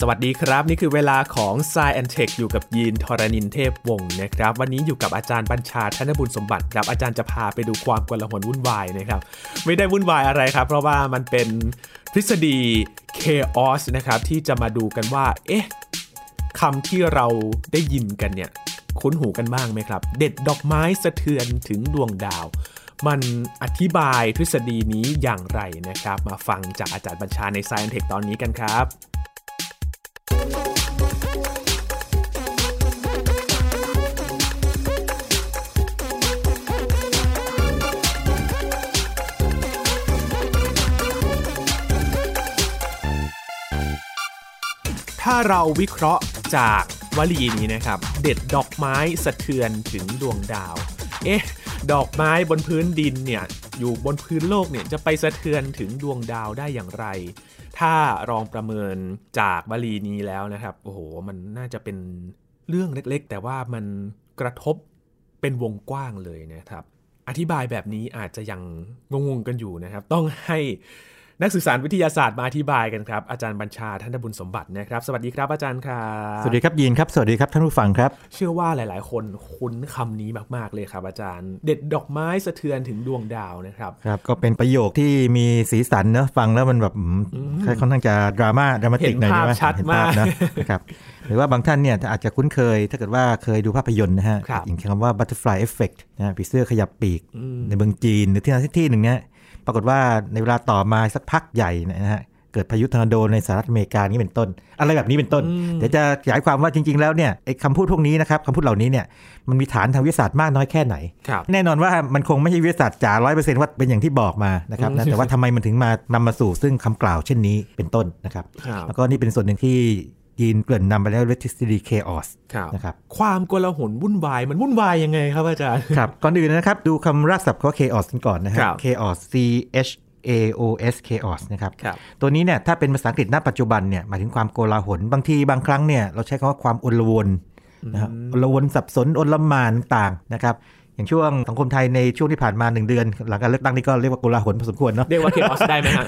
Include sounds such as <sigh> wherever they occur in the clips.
สวัสดีครับ นี่คือเวลาของ s ซแอนเทคอยู่กับยีนทรณินเทพวงศ์นะครับ วันนี้อยู่กับอาจารย์บัญชาธนบุญสมบัติครับอาจารย์จะพาไปดูความกลาหลวุ่นวายนะครับ ไม่ได้วุ่นวายอะไรครับ เพราะว่ามันเป็นทฤษฎี chaos นะครับ ที่จะมาดูกันว่า เอ๊ะ คำที่เราได้ยินกันเนี่ย คุ้นหูกันบ้างไหมครับ เด็ดดอกไม้สะเทือนถึงดวงดาว มันอธิบายทฤษฎีนี้อย่างไรนะครับ มาฟังจากอาจารย์บัญชาใน Science Tech ตอนนี้กันครับ ถ้าเราวิเคราะห์จากวลีนี้นะครับ เด็ดดอกไม้สะเทือนถึงดวงดาว เอ๊ะ ดอกไม้บนพื้นดินเนี่ย อยู่บนพื้นโลกเนี่ยจะไปสะเทือนถึงดวงดาวได้อย่างไร ถ้ารองประเมินจากวลีนี้แล้วนะครับ โอ้โห มันน่าจะเป็นเรื่องเล็กๆ แต่ว่ามันกระทบเป็นวงกว้างเลยนะครับ อธิบายแบบนี้อาจจะยังงงๆกันอยู่นะครับ ต้องให้นักสื่อสารวิทยาศาสตร์มาอธิบายกันครับ อาจารย์บัญชาท่านบุญสมบัตินะครับ สวัสดีครับอาจารย์ครับ สวัสดีครับยีนครับ สวัสดีครับท่านผู้ฟังครับ เชื่อว่าหลาย ๆ คนคุ้นคำนี้มาก ๆ เลยครับ อาจารย์ เด็ดดอกไม้สะเทือนถึงดวงดาวนะครับ ครับ ก็เป็นประโยคที่มีสีสันเนอะฟังแล้วมันแบบอืมค่อนข้างจะดราม่าดรามาติกหน่อย เห็นภาพ ใช่ไหม ชัด เห็นภาพมานะก นะครับหรือว่าบางท่านเนี่ยอาจจะคุ้นเคย ถ้าเกิดว่าเคยดูภาพยนตร์นะฮะ ครับ อย่างคำว่า butterfly effect นะฮะผีเสื้อขยับปีก ในเมืองจีนหรือที่ไหนสักที่หนึ่งเนี่ยปรากฏว่าในเวลาต่อมาสักพักใหญ่เนยนะฮะเกิดพายุทอร์นาโดในสหรัฐอเมริกานี่เป็นต้น อะไรแบบนี้เป็นต้นเดี๋ยวจะขยายความว่าจริง ๆ แล้วเนี่ยไอ้คำพูดพวกนี้นะครับคำพูดเหล่านี้เนี่ยมันมีฐานทางวิทยาศาสตร์มากน้อยแค่ไหน ครับ แน่นอนว่ามันคงไม่ใช่วิทยาศาสตร์จ๋าร้อยเปอร์เซ็นต์ว่าเป็นอย่างที่บอกมานะครับนะ <laughs> แต่ว่าทำไมมันถึงมานำมาสู่ซึ่งคำกล่าวเช่นนี้เป็นต้นนะครับ ครับ แล้วก็นี่เป็นส่วนหนึ่งที่ยีนเกริ่นนำไปแล้วเรื่องทฤษฎี chaos ครับ นะครับ ความโกลาหลวุ่นวายมันวุ่นวายยังไงครับอาจารย์ ครับ ก่อนอื่นนะครับ ดูคำรากศัพท์ของ chaos กันก่อนนะครั ครับ บ chaos c h a o s chaos นะครับ ครับ ตัวนี้เนี่ยถ้าเป็นภาษาอังกฤษณปัจจุบันเนี่ยหมายถึงความโกลาหลบางทีบางครั้งเนี่ยเราใช้คำว่าความอลวนนะครับอลวนสับสนอลหมานต่างๆนะครับอย่างช่วงสังคมไทยในช่วงที่ผ่านมา 1 เดือน หลังการเลือกตั้งนี่ก็เรียกว่าโกลาหลพอสมควรเนาะ เรียกว่าเคออสได้ไหมฮะ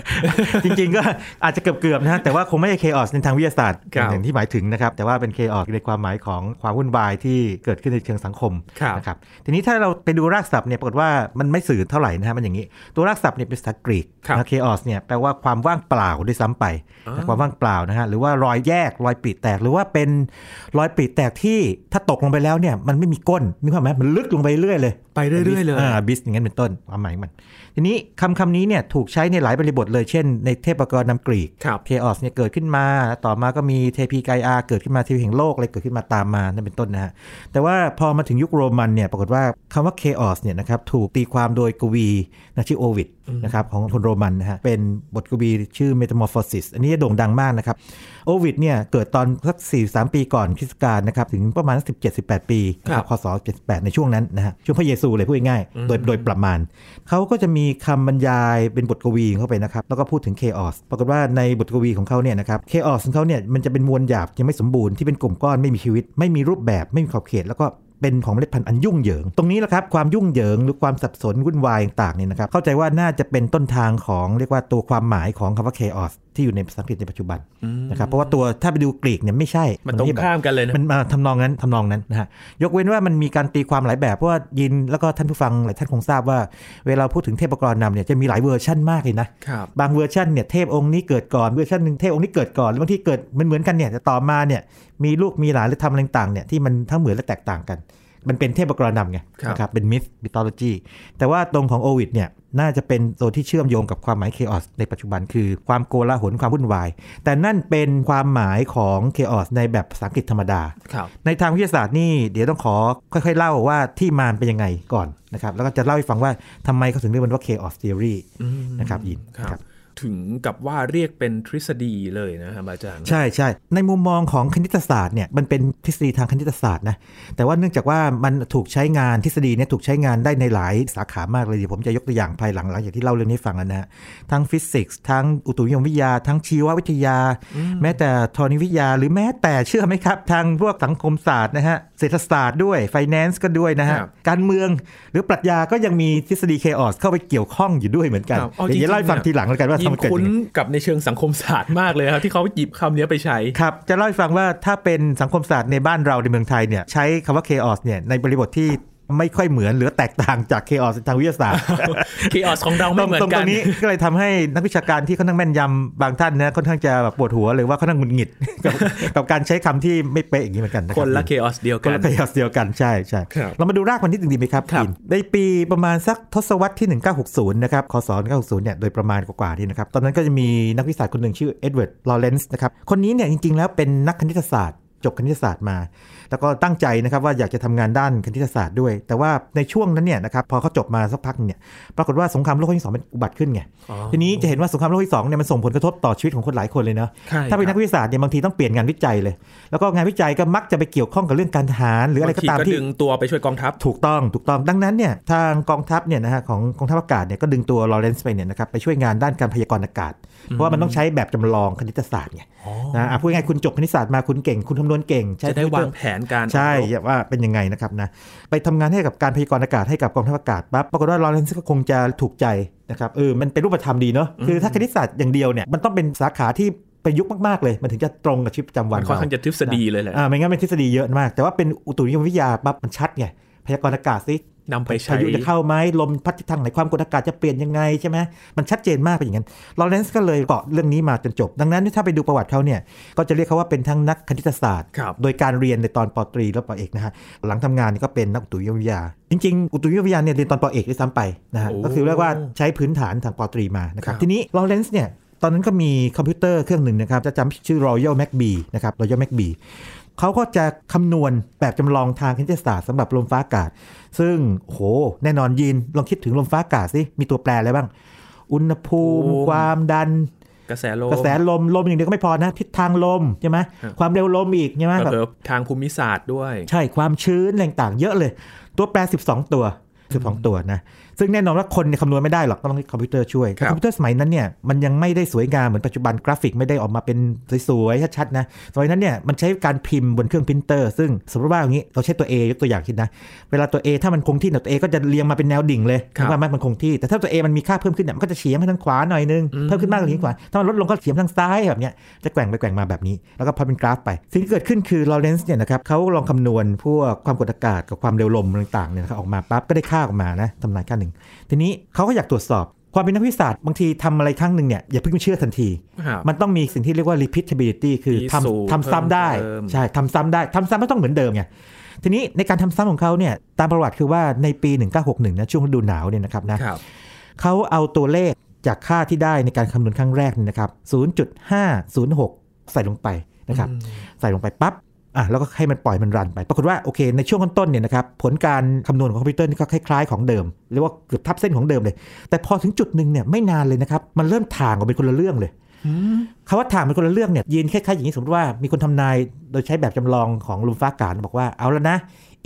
จริงๆ ก็ <laughs> อาจจะเกือบๆนะฮะแต่ว่าคงไม่ใช่เคออสในทางวิทยาศาสตร์ ครับ อย่างที่หมายถึงนะครับ แต่ว่าเป็นเคออสในความหมายของความวุ่นวายที่เกิดขึ้นในเชิงสังคม ครับ นะครับทีนี้ถ้าเราไปดูรากศัพท์เนี่ยปรากฏว่ามันไม่สื่อเท่าไหร่นะฮะมันอย่างนี้ ตัวรากศัพท์เนี่ยเป็นภาษากรีก ครับ เคออสเนี่ยแปลว่าความว่างเปล่าด้วยซ้ำไป อ่า นะความว่างเปล่านะฮะหรือว่ารอยแยกรอยปลีแตก หรือว่าเป็นรอยปลีแตกที่ถ้าตกลงไปแล้วเนี่ยมันไม่มีก้นนึกภาพไหมมันลึกลงไปเรื่อยเลย ไปเรื่อยๆเลย อ่าบิสอย่างนั้นเป็นต้นความหมายของมัน ทีนี้คำคำนี้เนี่ยถูกใช้ในหลายบริบทเลยเช่นในเทพกรนำกรีก ครับ เคออสเนี่ยเกิดขึ้นมา ต่อมาก็มีเทพีไกอาเกิดขึ้นมาเทพีแห่งโลกอะไรเกิดขึ้นมาตามมานั่นเป็นต้นนะฮะ แต่ว่าพอมาถึงยุคโรมันเนี่ยปรากฏว่าคำว่าเคออสเนี่ยนะครับถูกตีความโดยกวีนะชื่อโอวิดนะครับของคนโรมันนะฮะเป็นบทกวีชื่อ Metamorphosis อันนี้โด่งดังมากนะครับโอวิดเนี่ยเกิดตอนสัก4-3 ปีก่อนคริสต์กาลนะครับถึงประมาณสัก17-18 ปีนะ ครัครับ บ พศ78 ในช่วงนั้นนะฮะช่วงพระเยซูเลยพูดง่ายๆโดยโดยประมาณ เขาก็จะมีคำบรรยายเป็นบทกวีของเข้าไปนะครับ แล้วก็พูดถึงเคออสปรากฏว่าในบทกวีของเขาเนี่ยนะครับเคออสของเขาเนี่ยมันจะเป็นมวลหยาบยังไม่สมบูรณ์ที่เป็นกลุ่มก้อนไม่มีชีวิต ไม่มีรูปแบบไม่มีขอบเขต แล้วก็เป็นของเมล็ดพันธุ์อันยุ่งเหยิง ตรงนี้แหละครับความยุ่งเหยิงหรือความสับสนวุ่นวายต่างๆเนี่ยนะครับเข้าใจว่าน่าจะเป็นต้นทางของเรียกว่าตัวความหมายของคำว่าเคออสที่อยู่ในภาษาอังกฤษในปัจจุบันนะครับเพราะว่าตัวถ้าไปดูกรีกเนี่ยไม่ใช่ มันตรง ที่แบบ ข้ามกันเลยนะ มันมาทำนองนั้นทำนองนั้นนะฮะยกเว้นว่ามันมีการตีความหลายแบบเพราะว่ายินแล้วก็ท่านผู้ฟังหลายท่านคงทราบว่า เวลาพูดถึงเทพกรนำเนี่ยจะมีหลายเวอร์ชันมากเลยนะครับ บางเวอร์ชันเนี่ยเทพองค์นี้เกิดก่อนเวอร์ชันหนึ่งเทพองค์นี้เกิดก่อนแล้วบางที่เกิดมันเหมือนๆกันเนี่ยแต่ต่อมาเนี่ยมีลูกมีหลานหรือทำอะไรต่างๆเนี่ยที่มันทั้งเหมือนและแตกต่างกัน มันเป็นเทพกรนำไง ครับ นะครับเป็นมิสมิทโลจีแต่ว่าตรงของโอวิดเนี่ยน่าจะเป็นตัวที่เชื่อมโยงกับความหมายเคออสในปัจจุบันคือความโกลาหลความวุ่นวาย แต่นั่นเป็นความหมายของเคออสในแบบภาษาอังกฤษธรรมดา ครับ ในทางวิทยาศาสตร์นี่เดี๋ยวต้องขอค่อยๆเล่าว่าที่มามันเป็นยังไงก่อนนะครับ แล้วก็จะเล่าให้ฟังว่าทำไมเขาถึงเรียกมันว่า chaos theory นะครับยิน ครับ ครับ ถึงกับว่าเรียกเป็นทฤษฎีเลยนะครับอาจารย์ ใช่ใช่ในมุมมองของคณิตศาสตร์เนี่ยมันเป็นทฤษฎีทางคณิตศาสตร์นะแต่ว่าเนื่องจากว่ามันถูกใช้งานทฤษฎีเนี่ยถูกใช้งานได้ในหลายสาขามากเลยเดี๋ยวผมจะยกตัวอย่างภายหลังหลังจากที่เล่าเรื่องนี้ให้ฟังแล้วนะฮะทั้งฟิสิกส์ทั้งอุตุนิยมวิทยา ทั้งชีววิทยา แม้แต่ธรณีวิทยา หรือแม้แต่เชื่อไหมครับ ทางพวกสังคมศาสตร์นะฮะเศรษฐศาสตร์ด้วยไฟแนนซ์ก็ด้วยนะฮะ ครับ การเมืองหรือปรัชญาก็ยังมีทฤษฎีเคออสเข้าไปเกี่ยวข้องอยู่ด้วยเหมือนกัน ครับเอา เดี๋ยวจะเล่าให้ฟัง จริงๆ ทีหลังแล้วกันว่า น มันเกิด คุ้น ยังไง กับในเชิงสังคมศาสตร์มากเลยครับ ที่เขาหยิบคำนี้ไปใช้ ครับ จะเล่าให้ฟังว่าถ้าเป็นสังคมศาสตร์ในบ้านเราในเมืองไทยเนี่ยใช้คำว่า chaos เนี่ยในบริบทที่ไม่ค่อยเหมือนหรือแตกต่างจาก chaos ทางวิทยาศาสตร์ คีออสของเราไม่เหมือ ตรง น ๆต กั ร น งนี้ ก็เลยทำให้นักวิชาการที่ค่อนข้างแม่นยำบางท่านนะค่อนข้างจะแบบปวดหัวหรือว่าค่อนข้างหงุดหงิด กับกับการใช้คำที่ไม่เป๊ะอย่างนี้เหมือนกันนะรับ คนละคีออสเดียว ก็ กัน พยาเดียวกันใช่ใช่ ครับ เรามาดูรากมันที่หนึ่งดีไหมครับ ครับ อินในปีประมาณสักทศวรรษที่ 1960 นะครับคศ1960 เนี่ยโดยประมาณกว่าๆนี่นะครับ ตอนนั้นก็จะมีนักวิทยาศาสตร์คนหนึ่งชื่อเอ็ดเวิร์ดลอเรนซ์นะครับ คนนี้เนี่ยจริง ๆ แล้วเป็นนักคณิตศาสตร์ จบคณิตศาสตร์มา แล้วก็ตั้งใจนะครับว่าอยากจะทำงานด้านคณิตศาสตร์ด้วย แต่ว่าในช่วงนั้นเนี่ยนะครับพอเขาจบมาสักพักเนี่ยปรากฏว่าสงครามโลกครั้งที่สองมันอุบัติขึ้นไง อ๋อ ทีนี้จะเห็นว่าสงครามโลกครั้งที่สองเนี่ยมันส่งผลกระทบต่อชีวิตของคนหลายคนเลยเนาะ ใช่ ถ้าเป็นนัก ครับ วิทยาศาสตร์เนี่ยบางทีต้องเปลี่ยนงานวิจัยเลย แล้วก็งานวิจัยก็มักจะไปเกี่ยวข้องกับเรื่องการทหาร หรืออะไรก็ตาม บงที ที่ ดึงตัวไปช่วยกองทัพ ถูกต้องถูกต้องดังนั้นเนี่ยทางกองทัพเนี่ยนะฮะของกองทัพอากาศเนี่ยก็ดึงตัวลอเรนซ์ไปเนี่ยนะครับไปช่วยงานด้านการพยากรณ์อากาศ เพราะว่ามันต้องใช้แบบจำลองคณิตศาสตร์ไงนะอ่ะพูดง่ายๆคุณจบคณิตศาสตร์มาคุณเก่ง คุณคำนวณเก่งใช้ จะได้ คอมพิ วา เตอร์ งแผนการ ใช่ ออกรบ ว่าเป็นยังไงนะครับนะไปทำงานให้กับการพยากรณ์อากาศให้กับกองทัพอากาศปั๊บปรากฏว่าลอเรนซ์ก็คงจะถูกใจนะครับเออมันเป็นรูปธรรมดีเนาะคือถ้าคณิตศาสตร์อย่างเดียวเนี่ยมันต้องเป็นสาขาที่ประยุกต์มากๆเลย มันถึงจะตรงกับชีวิตประจำวัน มัน เรา ค่อนข้างจะทฤษฎีเลยแหละ อ่าไม่งั้นเป็นทฤษฎีเยอะมาก แต่ว่าเป็นอุตุนิยมวิทยาปั๊บมันชัดไงพยากรณ์อากาศสิ นำไปใช้ พายุจะเข้าไหมลมพัดทิศทางไหนความกดอากาศจะเปลี่ยนยังไงใช่ไหมมันชัดเจนมากเป็นอย่างนั้นลอเรนซ์ก็เลยเกาะเรื่องนี้มาจนจบ ดังนั้นถ้าไปดูประวัติเขาเนี่ยก็จะเรียกเขาว่าเป็นทั้งนักคณิตศาสตร์ ครับ โดยการเรียนในตอนปอตรีและปอเอกนะฮะ หลังทำงานนี่ก็เป็นนักอุตุนิยมวิทยา จริงๆ อุตุนิยมวิทยาเนี่ยเรียนตอนปอเอกด้วยซ้ำไปนะฮะ โอ้ ก็คือเรียกว่าใช้พื้นฐานทางปอตรีมานะครับ ครับ ทีนี้ลอเรนซ์เนี่ย ตอนนั้นก็มีคอมพิวเตอร์เครื่องหนึ่งนะครับ จะจำชื่อ Royal MacBee นะครับ Royal MacBee เขาก็จะคำนวณแบบจำลองทางคณิตศาสตร์สำหรับลมฟ้าอากาศ ซึ่งโหแน่นอนยินลองคิดถึงลมฟ้าอากาศสิมีตัวแปรอะไรบ้าง อุณหภูมิ โอ้ ความดัน กระแสโลม กระแสลมลมอย่างเดียวก็ไม่พอนะทิศทางลมใช่ไหม ครับ ความเร็วลมอีกใช่ไหมแบบ เผลอๆทางภูมิศาสตร์ด้วย ใช่ความชื้นแรงต่างเยอะเลย ตัวแปร 12 ตัว 12 ตัวนะซึ่งแน่นอนว่าคนเนี่ยคำนวณไม่ได้หรอกก็ต้องให้คอมพิวเตอร์ช่วย ครับ คอมพิวเตอร์สมัยนั้นเนี่ยมันยังไม่ได้สวยงามเหมือนปัจจุบันกราฟิกไม่ได้ออกมาเป็นสวยๆชัดๆนะสมัยนั้นเนี่ยมันใช้การพิมพ์บนเครื่องพิมพ์เตอร์ซึ่งสมมติว่าอย่างนี้เราใช้ตัว A ยกตัวอย่างคิดนะเวลาตัว A ถ้ามันคงที่เนี่ยตัว A ก็จะเรียงมาเป็นแนวดิ่งเลย ครับ ว่ามันมันคงที่ แต่ถ้าตัว A มันมีค่าเพิ่มขึ้นเนี่ยมันก็จะเฉียงไปทางขวาหน่อยนึงเพิ่มขึ้นมากหรือทางขวาถ้ามันลดลงก็เฉียงทางซ้ายแบบเนี้ยจะแกว่งไปแกว่งมาแบบนี้ แล้วก็พับเป็นกราฟไป สิ่งที่เกิดขึ้นคือลอเรนซ์เนี่ยนะครับเขาลองคำนวณพวกความกดอากาศกับความเร็วลมต่างๆเนี่ยนะครับออกมาปั๊บก็ได้ค่าออกมานะทำนายค่าหนึ่งทีนี้เขาก็อยากตรวจสอบความเป็นนักวิทยาศาสตร์บางทีทำอะไรครั้งหนึ่งเนี่ยอย่าเพิ่งเชื่อทันที ครับ มันต้องมีสิ่งที่เรียกว่า repeatability คือ พิสูจน์ ทำทำซ้ำได้ เพิ่มเติม ใช่ทำซ้ำได้ทำซ้ำไม่ต้องเหมือนเดิมไงทีนี้ในการทำซ้ำของเขาเนี่ยตามประวัติคือว่าในปี 1961นะช่วงฤดูหนาวเนี่ยนะครับนะครับ เขาเอาตัวเลขจากค่าที่ได้ในการคำนวณครั้งแรกเนี่ยนะครับ 0.506 ใส่ลงไปนะครับ ใส่ลงไปปั๊บ อ่ะ แล้วก็ให้มันปล่อยมันรันไป ปรากฏว่าโอเค ในช่วงต้นๆเนี่ยนะครับ ผลการคำนวณของคอมพิวเตอร์นี่ก็คล้ายๆของเดิม เรียกว่าเกือบทับเส้นของเดิมเลย แต่พอถึงจุดหนึ่งเนี่ยไม่นานเลยนะครับ มันเริ่มถ่างออกเป็นคนละเรื่องเลยคำว่าถ่างเป็นคนละเรื่องเนี่ยยีนคล้ายๆอย่างนี้สมมติว่ามีคนทำนายโดยใช้แบบจำลองของลมฟ้าอากาศบอกว่าเอาแล้วนะ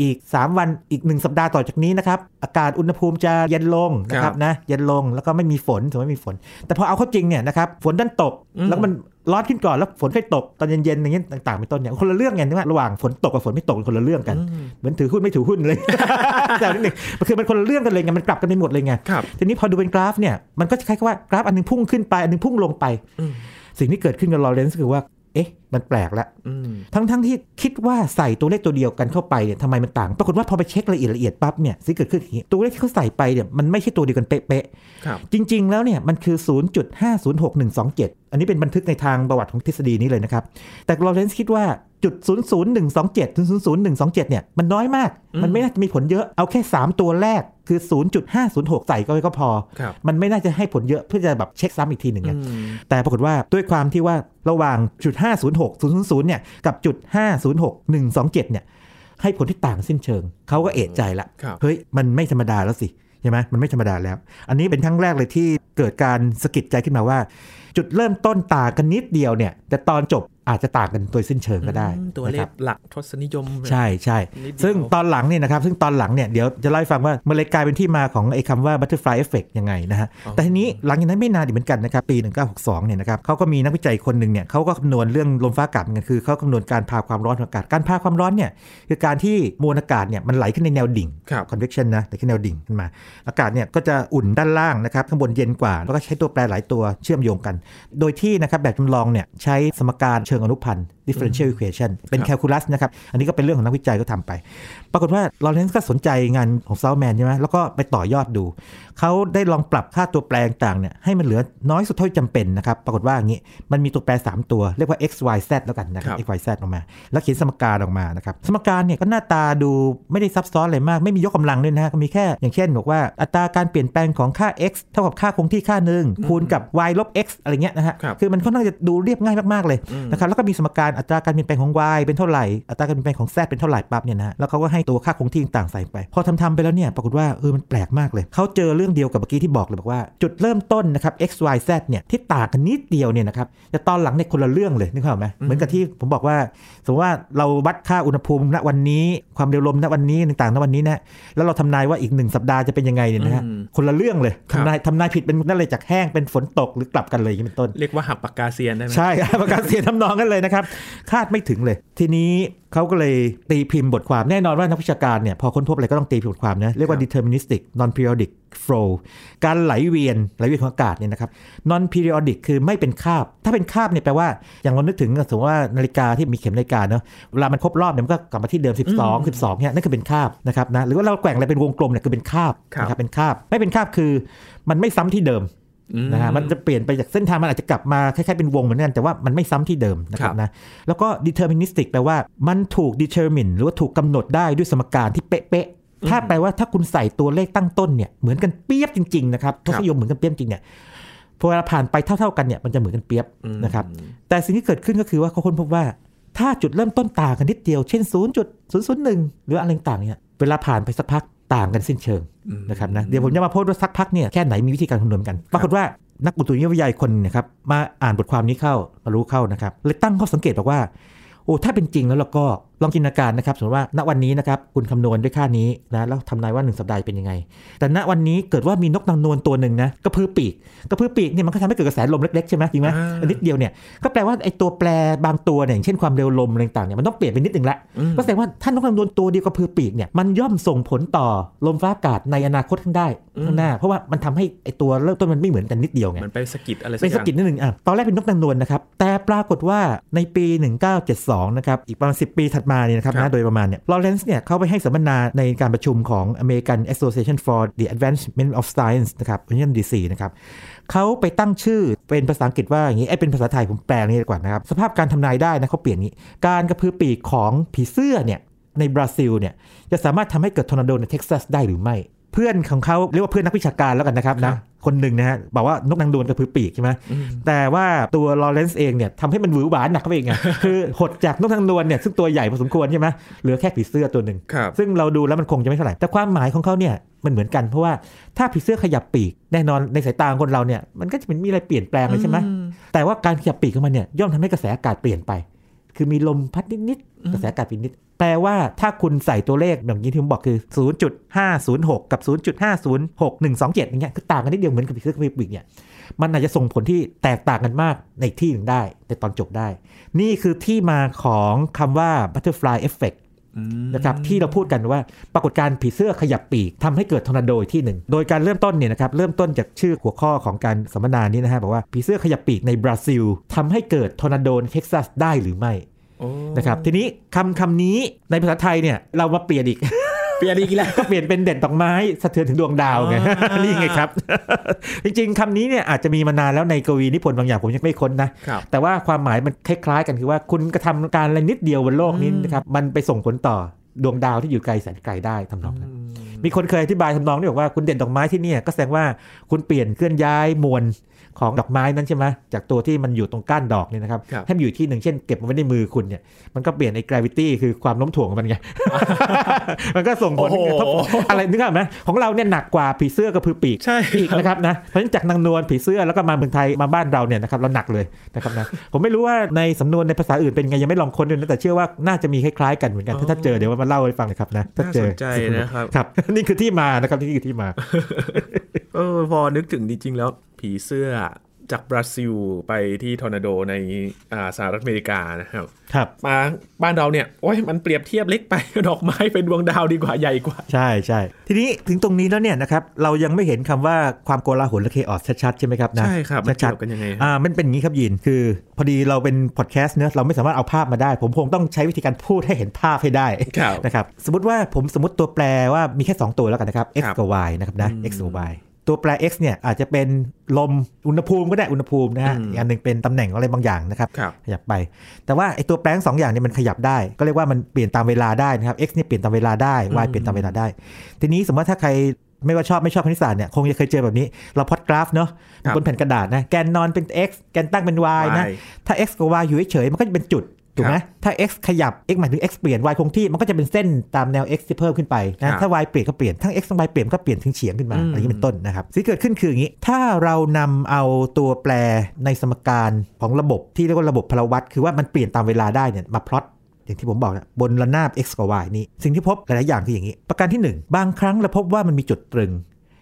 อีก 3 วันอีก 1 สัปดาห์ต่อจากนี้นะครับอากาศอุณหภูมิจะเย็นลงนะค ครั รับบ นะเย็นลงแล้วก็ไม่มีฝนถือว่ามีฝน แต่พอเอาเข้าจริงเนี่ยนะครับฝนดันตกแล้วมัน ร้อนขึ้นก่อนแล้วฝนค่อยตกตอนเย็นๆอย่างเงี้ยต่างๆเป็นต้นเนี่ยคนละเรื่องไงนึกว่าระหว่างฝนตกกับฝนไม่ตกเป็นคนละเรื่องกันเหมือนถือหุ้นไม่ถือหุ้นเลย <laughs> แต่นิดหนึ่งมันคือมันคนละเรื่องกันเลยไงมันกลับกันไปหมดเลยไง ครับ ทีนี้พอดูเป็นกราฟเนี่ยมันก็จะคล้ายๆว่ากราฟอันหนึงพุ่งขึ้นไปอันหนึงพุ่งลงไป อืม สิ่งที่เกิดขึ้นกับลอเรนซ์คือว่าเอ๊ะมันแปลกละ อืม ทั้งๆที่คิดว่าใส่ตัวเลขตัวเดียวกันเข้าไปเนี่ยทำไมมันต่าง ปรากฏว่าพอไปเช็คละเอียดละเอียดปั๊บเนี่ยสิ่งที่เกิดขึ้นอย่างงี้ตัวเลขที่เขาใส่ไปเนี่ยมันไม่ใช่ตัวเดียวกันเป๊ะๆ ครับ จริง ๆ แล้วเนี่ยมันคือ 0.506127 อันนี้เป็นบันทึกในทางประวัติของทฤษฎีนี้เลยนะครับ แต่ลอเรนซ์คิดว่าจุด 00127ถึง00127 เนี่ย มันน้อยมาก มันไม่น่าจะมีผลเยอะ เอาแค่ 3 ตัวแรกคือ 0.506 ใส่ก็ก็พอ ครับ มันไม่น่าจะให้ผลเยอะเพื่อจะแบบเช็คซ้ำอีกทีหนึ่งไง อืม แต่ปรากฏว่าด้วยความที่ว่าระหว่างจุด506 000เนี่ยกับจุด506 127เนี่ยให้ผลที่ต่างสิ้นเชิง เขาก็เอะใจละ ครับ เฮ้ย มันไม่ธรรมดาแล้วสิใช่ไหมมันไม่ธรรมดาแล้ว อันนี้เป็นครั้งแรกเลยที่เกิดการสะกิดใจขึ้นมาว่า จุดเริ่มต้นต่างกันนิดเดียวเนี่ย แต่ตอนจบ อาจจะต่างกันโดยสิ้นเชิงก็ได้ อืมตัวเล นะค ข รับ หลักทศนิยม ใช่ใช่ นิดเดียว ซึ่งตอนหลังเนี่ยนะครับ ซึ่งตอนหลังเนี่ยเดี๋ยวจะเล่าให้ฟังว่ามันเลยกลายเป็นที่มาของไอ้คำว่า butterfly effect ยังไงนะฮะ แต่ทีนี้หลังจากนั้นไม่นานอีกเหมือนกันนะครับ ปี 1962 เนี่ยนะครับเขาก็มีนักวิจัยคนหนึ่งเนี่ยเขาก็คำนวณเรื่องลมฟ้าอากาศเหมือนกันคือเขาคำนวณการพาความร้อนของอากาศ การพาความร้อนเนี่ยคือการที่มวลอากาศเนี่ยมันไหลขึ้นในแนวดิ่ง ครับ convection นะแต่ขึ้นแนวดิ่งขึ้นมา อากาศเนี่ยก็จะอุ่นด้านล่างนะครับ ข้างบนเย็นกว่า แล้วก็ใช้ตัวแปรหลายตัวเชื่อมโยงกัน โดยที่นะครับแบบจำลองเนี่ยใช้สมการเชิงอนุพันธ์ differential equation เป็น ครับ calculus นะครับ อันนี้ก็เป็นเรื่องของนักวิจัยก็ทำไป ปรากฏว่าลอเรนซ์ก็สนใจงานของเซาแมนใช่ไหมแล้วก็ไปต่อยอดดู เขาได้ลองปรับค่าตัวแปรต่างๆเนี่ยให้มันเหลือน้อยสุดเท่าที่จำเป็นนะครับ ปรากฏว่าอย่างนี้มันมีตัวแปร 3 ตัวเรียกว่า x y z แล้วกันนะค ครั รับ บ x y z ออกมา แล้วเขียนสมการออกมานะครับ สมการเนี่ยก็หน้าตาดูไม่ได้ซับซ้อนอะไรมาก ไม่มียกกำลังด้วยนะฮะก็มีแค่อย่างเช่นบอกว่าอัตราการเปลี่ยนแปลงของค่า x เท่ากับค่าคงที่ค่าหนึ่งคูณกับ y ลบ x อะไรเงี้ยนะฮะ ครับ คือมันค่อนข้างจะดูเรียบง่ายมากๆเลย อืม นะครับแล้วก็มีสมการอัตราการเปลี่ยนแปลงของ y เป็นเท่าไหร่อัตราการเปลี่ยนแปลงของ z เป็นเท่าไหร่ปั๊บเนี่ยนะฮะแล้วเขาก็ให้ตัวค่าคงที่ต่างๆใส่ไป พอทำๆไปแล้วเนี่ยปรากฏว่าเออมันแปลกมากเลย เขาเจอเรื่องเดียวกับเมื่อกี้ที่บอกเลยบอกว่า จุดเริ่มต้นนะครับ x y z เนี่ยที่ต่างกันนิดเดียวเนี่ยนะครับแต่ตอนหลังเนี่ยคนละเรื่องเลยนึกภาพออกไหมเหมือนกับที่ผมบอกว่า สมมติว่าเราวัดค่าอุณหภูมิณวันนี้ ความเร็วลมณวันนี้ต่างๆณวันนี้นะแล้วเราทำนายว่าอีกหนึ่งสัปดาห์จะเป็นยังไงเนี่ยนะฮะ อืม คนละเรื่องเลย ครับ ทำนายทำนายผิดเป็นนั่นเลยจากแห้งเป็นฝนตกหรือกลับกันเลยอย่างนี้เป็นต้น เรียกว่าหักปากกาเซียนได้ไหม ใช่ <laughs> ประกาศเสียทำนองกันเลยนะครับ คาดไม่ถึงเลย ทีนี้เขาก็เลยตีพิมพ์บทความแน่นอนว่านักวิชาการเนี่ย พอค้นพบอะไรก็ต้องตีพิมพ์บทความนะ เรียกว่า ครับ deterministic non periodic flow การไหลเวียนไหลเวียนของอากาศเนี่ยนะครับ non periodic คือไม่เป็นคาบ ถ้าเป็นคาบเนี่ยแปลว่า อย่างเรานึกถึงสมมติว่านาฬิกาที่มีเข็มนาฬิกาเนาะเวลามันครบรอบเนี่ยมันก็กลับมาที่เดิม 12 12เนี่ยนั่นคือเป็นคาบนะครับนะหรือว่าเราแกว่งอะไรเป็นวงกลมเนี่ยคือเป็นคาบ ครับ นะครับเป็นคาบไม่เป็นคาบคือมันไม่ซ้ำที่เดิม อืม นะฮะมันจะเปลี่ยนไปจากเส้นทางมันอาจจะกลับมาคล้ายๆเป็นวงเหมือนกันแต่ว่ามันไม่ซ้ำที่เดิมนะคครัรับ บ นะแล้วก็ deterministic แปลว่ามันถูก determine หรือว่าถูกกำหนดได้ด้วยสมการที่เป๊ะๆถ้าแปลว่าถ้าคุณใส่ตัวเลขตั้งต้นเนี่ยเหมือนกันเปียบจริงๆนะครับทศนิยมเหมือนกันเปียบจริงเนี่ยพอเวลาผ่านไปเท่าๆกันเนี่ยมันจะเหมือนกันเปียบ อืม นะครับ แต่สิ่งที่เกิดขึ้นก็คือว่าเขาค้นพบว่า ถ้าจุดเริ่มต้นต่างกันนิดเดียวเช่น 0.001 หรืออะไรต่างๆเนี่ยเวลาผ่านไปสักพักต่างกันสิ้นเชิง อืม นะครับนะเดี๋ยวผมจะมาโพสต์ว่าสักพักเนี่ยแค่ไหนมีวิธีการคำนวณกัน ปรากฏว่านักอุตุนิยมวิทยาอีกคนเนะครับมาอ่านบทความนี้เข้ามารู้เข้านะครับเลยตั้งข้อสังเกตบอกว่า โอ้ถ้าเป็นจริงแล้วเราก็ลองจินตนาการนะครับสมมติว่าณวันนี้นะครับคุณคำนวณด้วยค่านี้นะแล้วทำนายว่าหนึ่งสัปดาห์เป็นยังไง แต่ณวันนี้เกิดว่ามีนกนางนวลตัวหนึ่งนะกระพือปีกกระพือปีกเนี่ยมันก็ทำให้เกิดกระแสลมเล็กๆใช่ไหมจริงไหม อ่า อันนิดเดียวเนี่ยก็แปลว่าไอ้ตัวแปรบางตัวเนี่ยอย่างเช่นความเร็วลมอะไรต่างๆเนี่ยมันต้องเปลี่ยนไปนิดหนึ่งละ อืม ก็แสดงว่าถ้านกนางนวลตัวเดียวกับพือปีกเนี่ยมันย่อมส่งผลต่อลมฟ้าอากาศในอนาคตข้างได้ อืม ข้างหน้า เพราะว่ามันทำให้ไอตัวเริ่มต้นมันไม่เหมือนกันนิดเดียวไง มันไปสะกิดอะไรสั เป็น กอ สะ ย่าง กิดนิดหนึ่งอ่ะตอนแรกเป็นนกนางนวลนะครับแต่ปรากฏว่าในปี 1972 นะครับอีกประมาณ 10 ปีถัดมาเนี่ยนะครับนะโดยประมาณเนี่ยลอเรนซ์เนี่ยเข้าไปให้สัมมนาในการประชุมของ American Association for the Advancement of Science นะครับวอชิงตันดีซีนะครับเขาไปตั้งชื่อเป็นภาษาอังกฤษว่าอย่างนี้ไอยเป็นภาษาไทยผมแปลอย่างนี้ดีกว่านะครับสภาพการทำนายได้นะเขาเปลี่ยนอย่างนี้ การกระพือปีกของผีเสื้อเนี่ย ในบราซิลเนี่ยจะสามารถทำให้เกิดทอร์นาโดในเท็กซัสได้หรือไม่ เพื่อนของเขาเรียกว่าเพื่อนนักวิชาการแล้วกันนะครับนะคนหนึ่งนะฮะบอกว่านกนางดวนกระพือปีกใช่ไหม อืม แต่ว่าตัวลอเรนซ์เองเนี่ยทำให้มันหวือหวาหนักเข้าไปอีกไง คือหดจากนกนางดวนเนี่ยซึ่งตัวใหญ่พอสมควรใช่ไหมเหลือแค่ผีเสื้อตัวหนึ่ง ครับ ซึ่งเราดูแล้วมันคงจะไม่เท่าไหร่แต่ความหมายของเขาเนี่ยมันเหมือนกันเพราะว่าถ้าผีเสื้อขยับปีกแน่นอนในสายตาของคนเราเนี่ยมันก็จะเป็นมีอะไรเปลี่ยนแปลงเลยใช่ไหม แต่ว่าการขยับปีกของมันเนี่ยย่อมทำให้กระแสอากาศเปลี่ยนไป คือมีลมพัดนิด อืม ๆกระแสอากาศเปลี่ยนนิด แต่ว่าถ้าคุณใส่ตัวเลขอย่างนี้ที่ผมบอกคือ 0.506 กับ 0.506127อย่างเงี้ยคือต่างกันนิดเดียวเหมือนกับปีกเสื้อกับปีกเนี่ยมันอาจจะส่งผลที่แตกต่างกันมากในอีกที่หนึ่งได้ในตอนจบได้ นี่คือที่มาของคำว่า butterfly effect อืม นะครับที่เราพูดกันว่าปรากฏการณ์ผีเสื้อขยับปีกทำให้เกิดทอร์นาโดอีกที่หนึ่ง โดยการเริ่มต้นเนี่ยนะครับเริ่มต้นจากชื่อหัวข้อของการสัมมนานี้นะฮะบอกว่าผีเสื้อขยับปีกในบราซิลทำให้เกิดทอร์นาโดในเท็กซัสได้หรือไม่ โอ้ นะครับทีนี้คำคำนี้ในภาษาไทยเนี่ยเรามาเปลี่ยนอีก <laughs> เปลี่ยนอีกแล้ว ก็เปลี่ยนเป็นเด็ดดอกไม้สะเทือนถึงดวงดาวไง อ่า <laughs> นี่ไงครับ จริงๆคำนี้เนี่ยอาจจะมีมานานแล้วในกวีนิพนธ์บางอย่างผมยังไม่ค้นนะ ครับ แต่ว่าความหมายมันคล้ายๆกันคือว่าคุณกระทำการอะไรนิดเดียวบนโลกนี้นะครับ มันไปส่งผลต่อดวงดาวที่อยู่ไกลแสนไกลได้ทำนองนั้นมีคนเคยอธิบายทำนองนี้บอกว่าคุณเด่นดอกไม้ที่เนี่ยก็แสดงว่าคุณเปลี่ยนเคลื่อนย้ายมวล ของดอกไม้นั้นใช่ไหมจากตัวที่มันอยู่ตรงก้านดอกเนี่ยนะครับ ครับ ให้มันอยู่ที่หนึ่งเช่นเก็บมันไว้ในมือคุณเนี่ยมันก็เปลี่ยนไอ้ gravity คือความโน้มถ่วงขอ <laughs> งมันไง มันก็ส่งผล โอ้โห กระทบอะไรนึกออกไหมของเราเนี่ยหนักกว่าผีเสื้อกระพือปีก ใช่ อีกนะครับนะเพราะฉะนั้นจากนางนวลผีเสื้อแล้วก็มาเมืองไทยมาบ้านเราเนี่ยนะครับเราหนักเลยนะครับนะ ผมไม่รู้ว่าในสำนวนในภาษาอื่นเป็นไงยังไม่ลองค้นดูนะแต่เชื่อว่าน่าจะมีคล้ายๆกันเหมือนกันถ้าถ้าเจอเดี๋ยวมาเล่าให้ฟังนะครับนะถ้า น่า เจ ส อน ใจนะครับ ครับ นี่คือที่มานะครับนี่คือที่มา เออพอนึกถึงจริงๆแล้วผีเสื้อจากบราซิลไปที่ทอร์นาโดในอ่าสหรัฐอเมริกานะครับ ครับ มาบ้านเราเนี่ยโอ้ยมันเปรียบเทียบเล็กไป <laughs> ดอกไม้เป็นดวงดาวดีกว่าใหญ่กว่า ใช่ใช่ทีนี้ถึงตรงนี้แล้วเนี่ยนะครับเรายังไม่เห็นคำว่าความโกลาหลและเคออสชัดๆใช่ไหมครับนะ ใช่ครับมันเกี่ ชัด ยวกันยังไงครับ อ่ามันเป็นอย่างนี้ครับยินคือ พอดีเราเป็นพอดแคสต์เนอะเราไม่สามารถเอาภาพมาได้ ผมคงต้องใช้วิธีการพูดให้เห็นภาพให้ได้ ครับ นะครับสมมติว่าผมสมมติตัวแปรว่ามีแค่ 2 ตัวแล้วกันนะครับ x ครับ กับ y นะครับนะ อืม x กับ y ตัวแปร x เนี่ยอาจจะเป็นลมอุณหภูมิก็ได้อุณหภูมินะฮะ อืม อีกอันหนึ่งเป็นตำแหน่งอะไรบางอย่างนะครับ ครับ ขยับไป แต่ว่าไอตัวแปรทั้งสองอย่างเนี่ยมันขยับได้ ก็เรียกว่ามันเปลี่ยนตามเวลาได้นะครับ x เนี่ยเปลี่ยนตามเวลาได้ y อืม เปลี่ยนตามเวลาได้ ทีนี้สมมติว่าถ้าใครไม่ว่าชอบไม่ชอบคณิตศาสตร์เนี่ยคงจะเคยเจอแบบนี้ เราพอดกราฟเนาะบนแผ่นกระดาษนะแกนนอนเป็น x แกนตั้งเป็น y นะ Y ถ้า x กับ y อยู่เฉยๆมันก็จะเป็นจุด ถูกไหมถ้า x ขยับ x หมายถึง x เปลี่ยน y คงที่ มันก็จะเป็นเส้นตามแนว x ที่เพิ่มขึ้นไป ครั นะ บ ถ้า y เปลี่ยนก็เปลี่ยน ทั้ง x ทั้ง y เปลี่ยนก็เปลี่ยนถึงเฉียงขึ้นมา อืม อะไรอย่างนี้เป็นต้นนะครับ สิ่งที่เกิดขึ้นคืออย่างนี้ ถ้าเรานำเอาตัวแปรในสมการของระบบที่เรียกว่าระบบพลวัตคือว่ามันเปลี่ยนตามเวลาได้เนี่ย มาพลอตอย่างที่ผมบอกนะบนระนาบ x กับ y นี้ สิ่งที่พบหลายๆอย่างคืออย่างนี้ ประการที่หนึ่งบางครั้งเราพบว่ามันมีจุดตรึง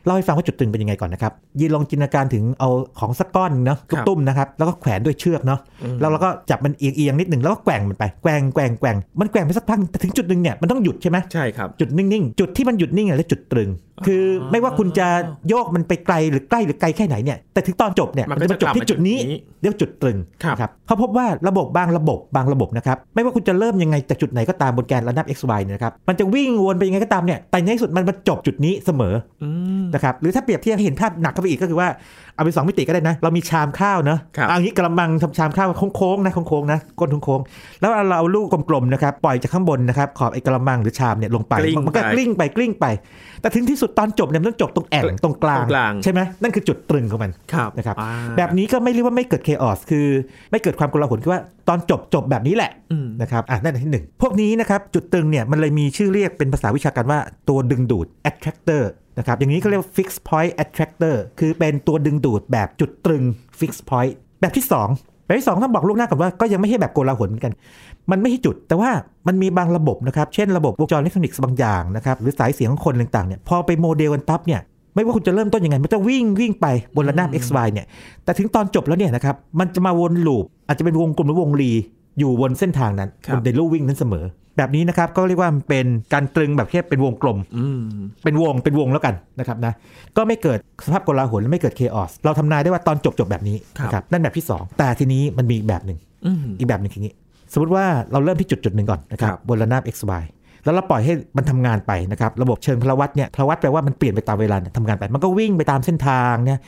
เล่าให้ฟังว่าจุดตึงเป็นยังไงก่อนนะครับยีลองจินตนาการถึงเอาของสักก้อนหนึ่งเนาะ ครับ ตุ้มๆนะครับ แล้วก็แขวนด้วยเชือกเนาะ อืม แล้วเราก็จับมันเอียงๆนิดหนึ่งแล้วก็แกว่งมันไปแกว่งแกว่งแกว่งมันแกว่งไปสักพักหนึ่งแต่ถึงจุดหนึ่งเนี่ยมันต้องหยุดใช่ไหม ใช่ครับ จุดนิ่งๆ จุดที่มันหยุดนิ่งอะและจุดตรึง คือไม่ว่าคุณจะโยกมันไปไกลหรือใกล้หรือไกลแค่ไหนเนี่ยแต่ถึงตอนจบเนี่ย มันก็ จะมาจบ จะกลับ ที่จุดนี้ มาจุดนี้ เรียกว่าจุดตรึง ครับ นะเขาพบว่าระบบบางระบบบางระบบนะครับไม่ว่าคุณจะเริ่มยังไงจากจุดไหนก็ตามบนแกนระนาบ x y เนี่ยนะครับมันจะวิ่งวนไปยังไงก็ตามเนี่ยแต่ในที่สุดมันมาจบจุดนี้เสมอ อืม นะครับหรือถ้าเปรียบเทียบให้เห็นภาพหนักเข้าไปอีกก็คือว่าเอาเป็นสองมิติก็ได้นะ เรามีชามข้าวเนอะ ครับ เอางี้กระมังทำชามข้าวโค้งๆนะโค้งๆนะก้นโค้งๆแล้วเราเอาลูกกลมๆนะครับปล่อยจากข้างบนนะครับขอบไอ้กระมังหรือชามเนี่ยลงไป กลิ้ง มันก็ ไป กลิ้งไปกลิ้งไป แต่ถึงที่สุดตอนจบเนี่ยมันต้องจบตรงแอ่งตรงกลาตงรงกลาง ใช่ไหมนั่นคือจุดตรึงของมัน ครับ นะครับ อ่า แบบนี้ก็ไม่เรียกว่าไม่เกิด chaos คือไม่เกิดความโกลาหลคือว่าตอนจบจบแบบนี้แหละ อืม นะครับ อ่ะ นั่นอันที่หนึ่ง พวกนี้นะครับ จุดตึงเนี่ย มันเลยมีชื่อเรียกเป็นภาษาวิชาการว่าตัวดึงดูด attractor นะครับ อย่างนี้เขาเรียกว่า fix point attractor คือเป็นตัวดึงดูดแบบจุดตรึง fix point แบบที่ 2 แบบที่2ต้องบอกลูกหน้าก่อนว่าก็ยังไม่ใช่แบบโกลาหลเหมือนกัน มันไม่ใช่จุด แต่ว่ามันมีบางระบบนะครับ เช่นระบบวงจรอิเล็กทรอนิกส์บางอย่างนะครับ หรือสายเสียงของคนต่างๆ เนี่ย พอไปโมเดลกันปั๊บเนี่ย ไม่ว่าคุณจะเริ่มต้นยังไง มันจะวิ่งวิ่งไปบนระนาบ x y เนี่ย แต่ถึงตอนจบแล้วเนี่ยนะครับ มันจะมาวนลูป อาจจะเป็นวงกลมหรือวงรี อยู่บนเส้นทางนั้น ครับ บ นในลู่วิ่งนั้นเสมอ แบบนี้นะครับ ก็เรียกว่ามันเป็นการตรึงแบบแค่เป็นวงกลม อืม เป็นวงเป็นวงแล้วกันนะครับนะ ก็ไม่เกิดสภาพโกลาหลและไม่เกิดเคออส เราทำนายได้ว่าตอนจบจบแบบนี้ ครับ นะครับ นั่นแบบที่สองแต่ทีนี้มันมีอีกแบบหนึ่ง อืม อีกแบบหนึ่งคืออย่างนี้ สมมติว่าเราเริ่มที่จุดจุดหนึ่งก่อนนะครั ครับ บ บนระนาบ x y แล้วเราปล่อยให้มันทำงานไปนะครับ ระบบเชิงพลวัตเนี่ยพลวัตแปลว่ามันเปลี่ยนไปตามเวลาเนี่ยทำงานไป มันก็วิ่งไปตามเส้นทางเนี่ย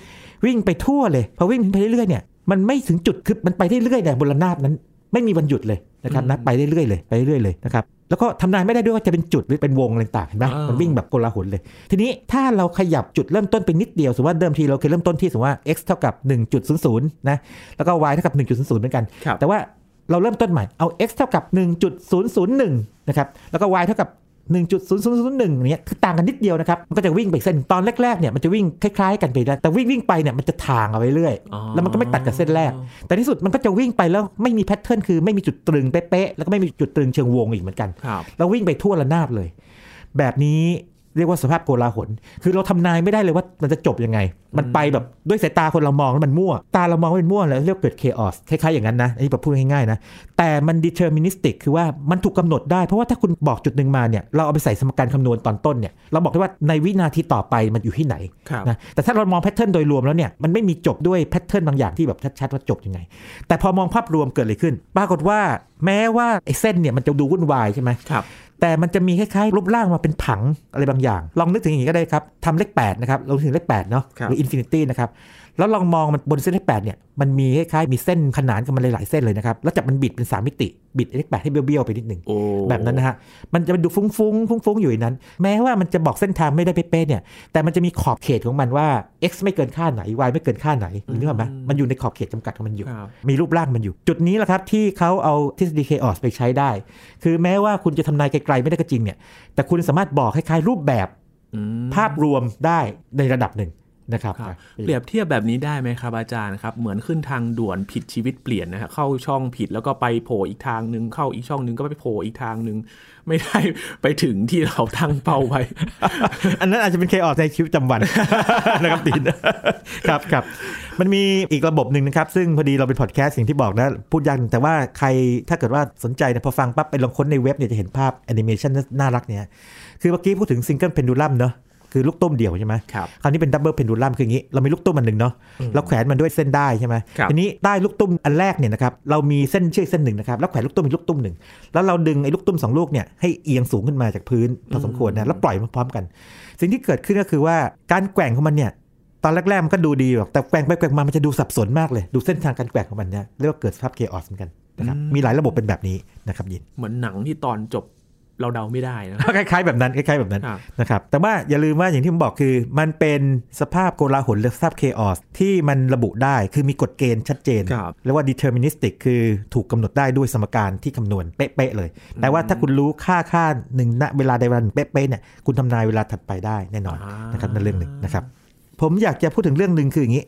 วิ่งไปทั่วเลย พอวิ่งไปเรื่อยๆเนี่ยมันไม่ถึงจุดคือมันไปเรื่อยๆเนี่ยบนระนาบนั้น ไม่มีวันหยุดเลยนะครับนะไปเรื่อยๆเลยไปเรื่อยๆเลยนะครับแล้วก็ทำนายไม่ได้ด้วยว่าจะเป็นจุดหรือเป็นวงอะไรต่างๆเห็นไหม อ่ามั มันวิ่งแบบโกลาหลเลย ทีนี้ถ้าเราขยับจุดเริ่มต้นไปนิดเดียวสมมติว่าเดิมทีเราเคยเริ่มต้นที่สมมติว่า x เท่ากับ1.00นะแล้วก็ y เท่ากับ1.00เหมือนกัน ครับ แต่ว่าเราเริ่มต้นใหม่เอา x เท่ากับ 1.001 นะครับ แล้วก็ y เท่ากับ 1.0001เนี่ยคือต่างกันนิดเดียวนะครับ มันก็จะวิ่งไปอีกเส้นตอนแรกๆเนี่ยมันจะวิ่งคล้ายๆกันไปได้แต่วิ่งวิ่งๆไปเนี่ยมันจะทางเอาไว้เรื่อย อ๋อ แล้วมันก็ไม่ตัดกับเส้นแรก แต่ที่สุดมันก็จะวิ่งไปแล้วไม่มีแพทเทิร์นคือไม่มีจุดตรึงเป๊ะๆแล้วก็ไม่มีจุดตรึงเชิงวงอีกเหมือนกัน ครับ เราวิ่งไปทั่วระนาบเลย แบบนี้เรียกว่าสภาพโกลาหล คือเราทำนายไม่ได้เลยว่ามันจะจบยังไง มันไปแบบด้วยสายตาคนเรามองแล้วมันมั่ว ตาเรามองว่ามันมั่วแล้วเรียกเกิดเคออสคล้ายๆอย่างนั้นนะอันนี้แบบพูดง่ายๆนะ แต่มัน deterministic คือว่ามันถูกกำหนดได้ เพราะว่าถ้าคุณบอกจุดหนึ่งมาเนี่ย เราเอาไปใส่สมการคำนวณตอนต้นเนี่ย เราบอกได้ว่าในวินาทีต่อไปมันอยู่ที่ไหน ครับ นะแต่ถ้าเรามองแพทเทิร์นโดยรวมแล้วเนี่ยมันไม่มีจบด้วยแพทเทิร์นบางอย่างที่แบบชัดๆว่าจบยังไง แต่พอมองภาพรวมเกิดอะไรขึ้น ปรากฏว่าแม้ว่าไอ้เส้นเนี่ยมันจะดูวุ่นวายใช่ไหม ครับ แต่มันจะมีคล้ายๆรูปร่างมาเป็นผังอะไรบางอย่าง ลองนึกถึงอย่างนี้ก็ได้ครับทำเลข8นะครับลองนึกถึงเลข8เนาะ ครับ หรืออินฟินิตี้นะครับ แล้วลองมองมันบนเส้นเลขแปดเนี่ยมันมีคล้ายๆมีเส้นขนานกันมาหลายๆเส้นเลยนะครับแล้วจับมันบิดเป็นสามมิติบิดเลขแปดให้เบี้ยวๆไปนิดหนึ่ง โอ้ แบบนั้นนะฮะ มันจะดูฟุ้งฟุ้งฟุ้งฟุ้งๆอยู่ในนั้น แม้ว่ามันจะบอกเส้นทางไม่ได้เป๊ะๆเนี่ย แต่มันจะมีขอบเขตของมันว่า x ไม่เกินค่าไหน y ไม่เกินค่าไหนคุณนึกออกไหมมันอยู่ในขอบเขตจำกัดของมันอยู่ ครับ มีรูปร่างมันอยู่ จุดนี้แหละครับที่เขาเอาทฤษฎี chaos ไปใช้ได้ คือแม้ว่าคุณจะทำนายไกลๆไม่ได้ก็จริงเนี่ย แต่คุณสามารถบอกคล้ายๆรูปแบบ อืม ภาพรวมได้ในระดับหนึ่งนะครับ ครับ อ่ะ เปรียบเทียบแบบนี้ได้ไหมครับอาจารย์ครับ เหมือนขึ้นทางด่วนผิดชีวิตเปลี่ยนนะฮะเข้าช่องผิดแล้วก็ไปโผล่อีกทางหนึ่งเข้าอีกช่องหนึ่งก็ไปโผล่อีกทางหนึ่ง <laughs> ไม่ได้ ไปถึงที่เราตั้งเป้าไว้ อันนั้นอาจจะเป็นเคออสในชีวิตประจำวัน <laughs> นะครับติน <laughs> ครับครับมันมีอีกระบบหนึ่งนะครับ ซึ่งพอดีเราเป็นพอดแคสต์สิ่างที่บอกนะ พูดยากแต่ว่าใครถ้าเกิดว่าสนใจนะพอฟังปั๊บไปลองค้นในเว็บเนี่ยจะเห็นภาพแอนิเมชันน่ารักเนี่ย คือเมื่อกี้พูดถึงซิงเกิลเพนดูลัมเนอะคือลูกตุ้มเดี่ยวใช่ไหม ครับ <laughs> คราวนี้เป็นดับเบิลเพนดูลัมคืออย่างนี้ เรามีลูกตุ้มอันหนึ่งเนาะเราแขวนมันด้วยเส้นได้ใช่ไหม ครับ ทีนี้ได้ลูกตุ้มอันแรกเนี่ยนะครับเรามีเส้นเชือกเส้นหนึ่งนะครับแล้วแขวนลูกตุ้มอีกลูกตุ้มหนึ่งแล้วเราดึงไอ้ลูกตุ้มสองลูกเนี่ยให้เอียงสูงขึ้นมาจากพื้นพอสมควรนะแล้วปล่อยมาพร้อมกัน สิ่งที่เกิดขึ้นก็คือว่าการแกว่งของมันเนี่ยตอนแรกๆมันก็ดูดีหรอกแต่แกว่งไปแกว่งมามันจะดูสับสนมากเลยดูเส้นทางการแกว่งของมันเนี่ยเรียกว่าเกิดสภาพเคออสเหมือนกันนะครับมีหลายระบบเป็นแบบนี้นะครับยิน เหมือนหนังที่ตอนจบเราเดาไม่ได้นะ คล้ายๆแบบนั้นคล้ายๆแบบนั้น ครับ นะครับแต่ว่าอย่าลืมว่าอย่างที่ผมบอกคือมันเป็นสภาพโกลาหลหรือสภาพเคออสที่มันระบุได้คือมีกฎเกณฑ์ชัดเจน ครับ เรียกว่า deterministic คือถูกกำหนดได้ด้วยสมการที่คำนวณเป๊ะๆเลย แต่ว่าถ้าคุณรู้ค่าค่าหนึ่งณเวลาใดเวลาหนึ่งเป๊ะๆเนี่ยคุณทำนายเวลาถัดไปได้แน่นอน อ่าน นะครับนั่นเรื่องหนึ่งนะครับ ผมอยากจะพูดถึงเรื่องหนึ่งคืออย่างนี้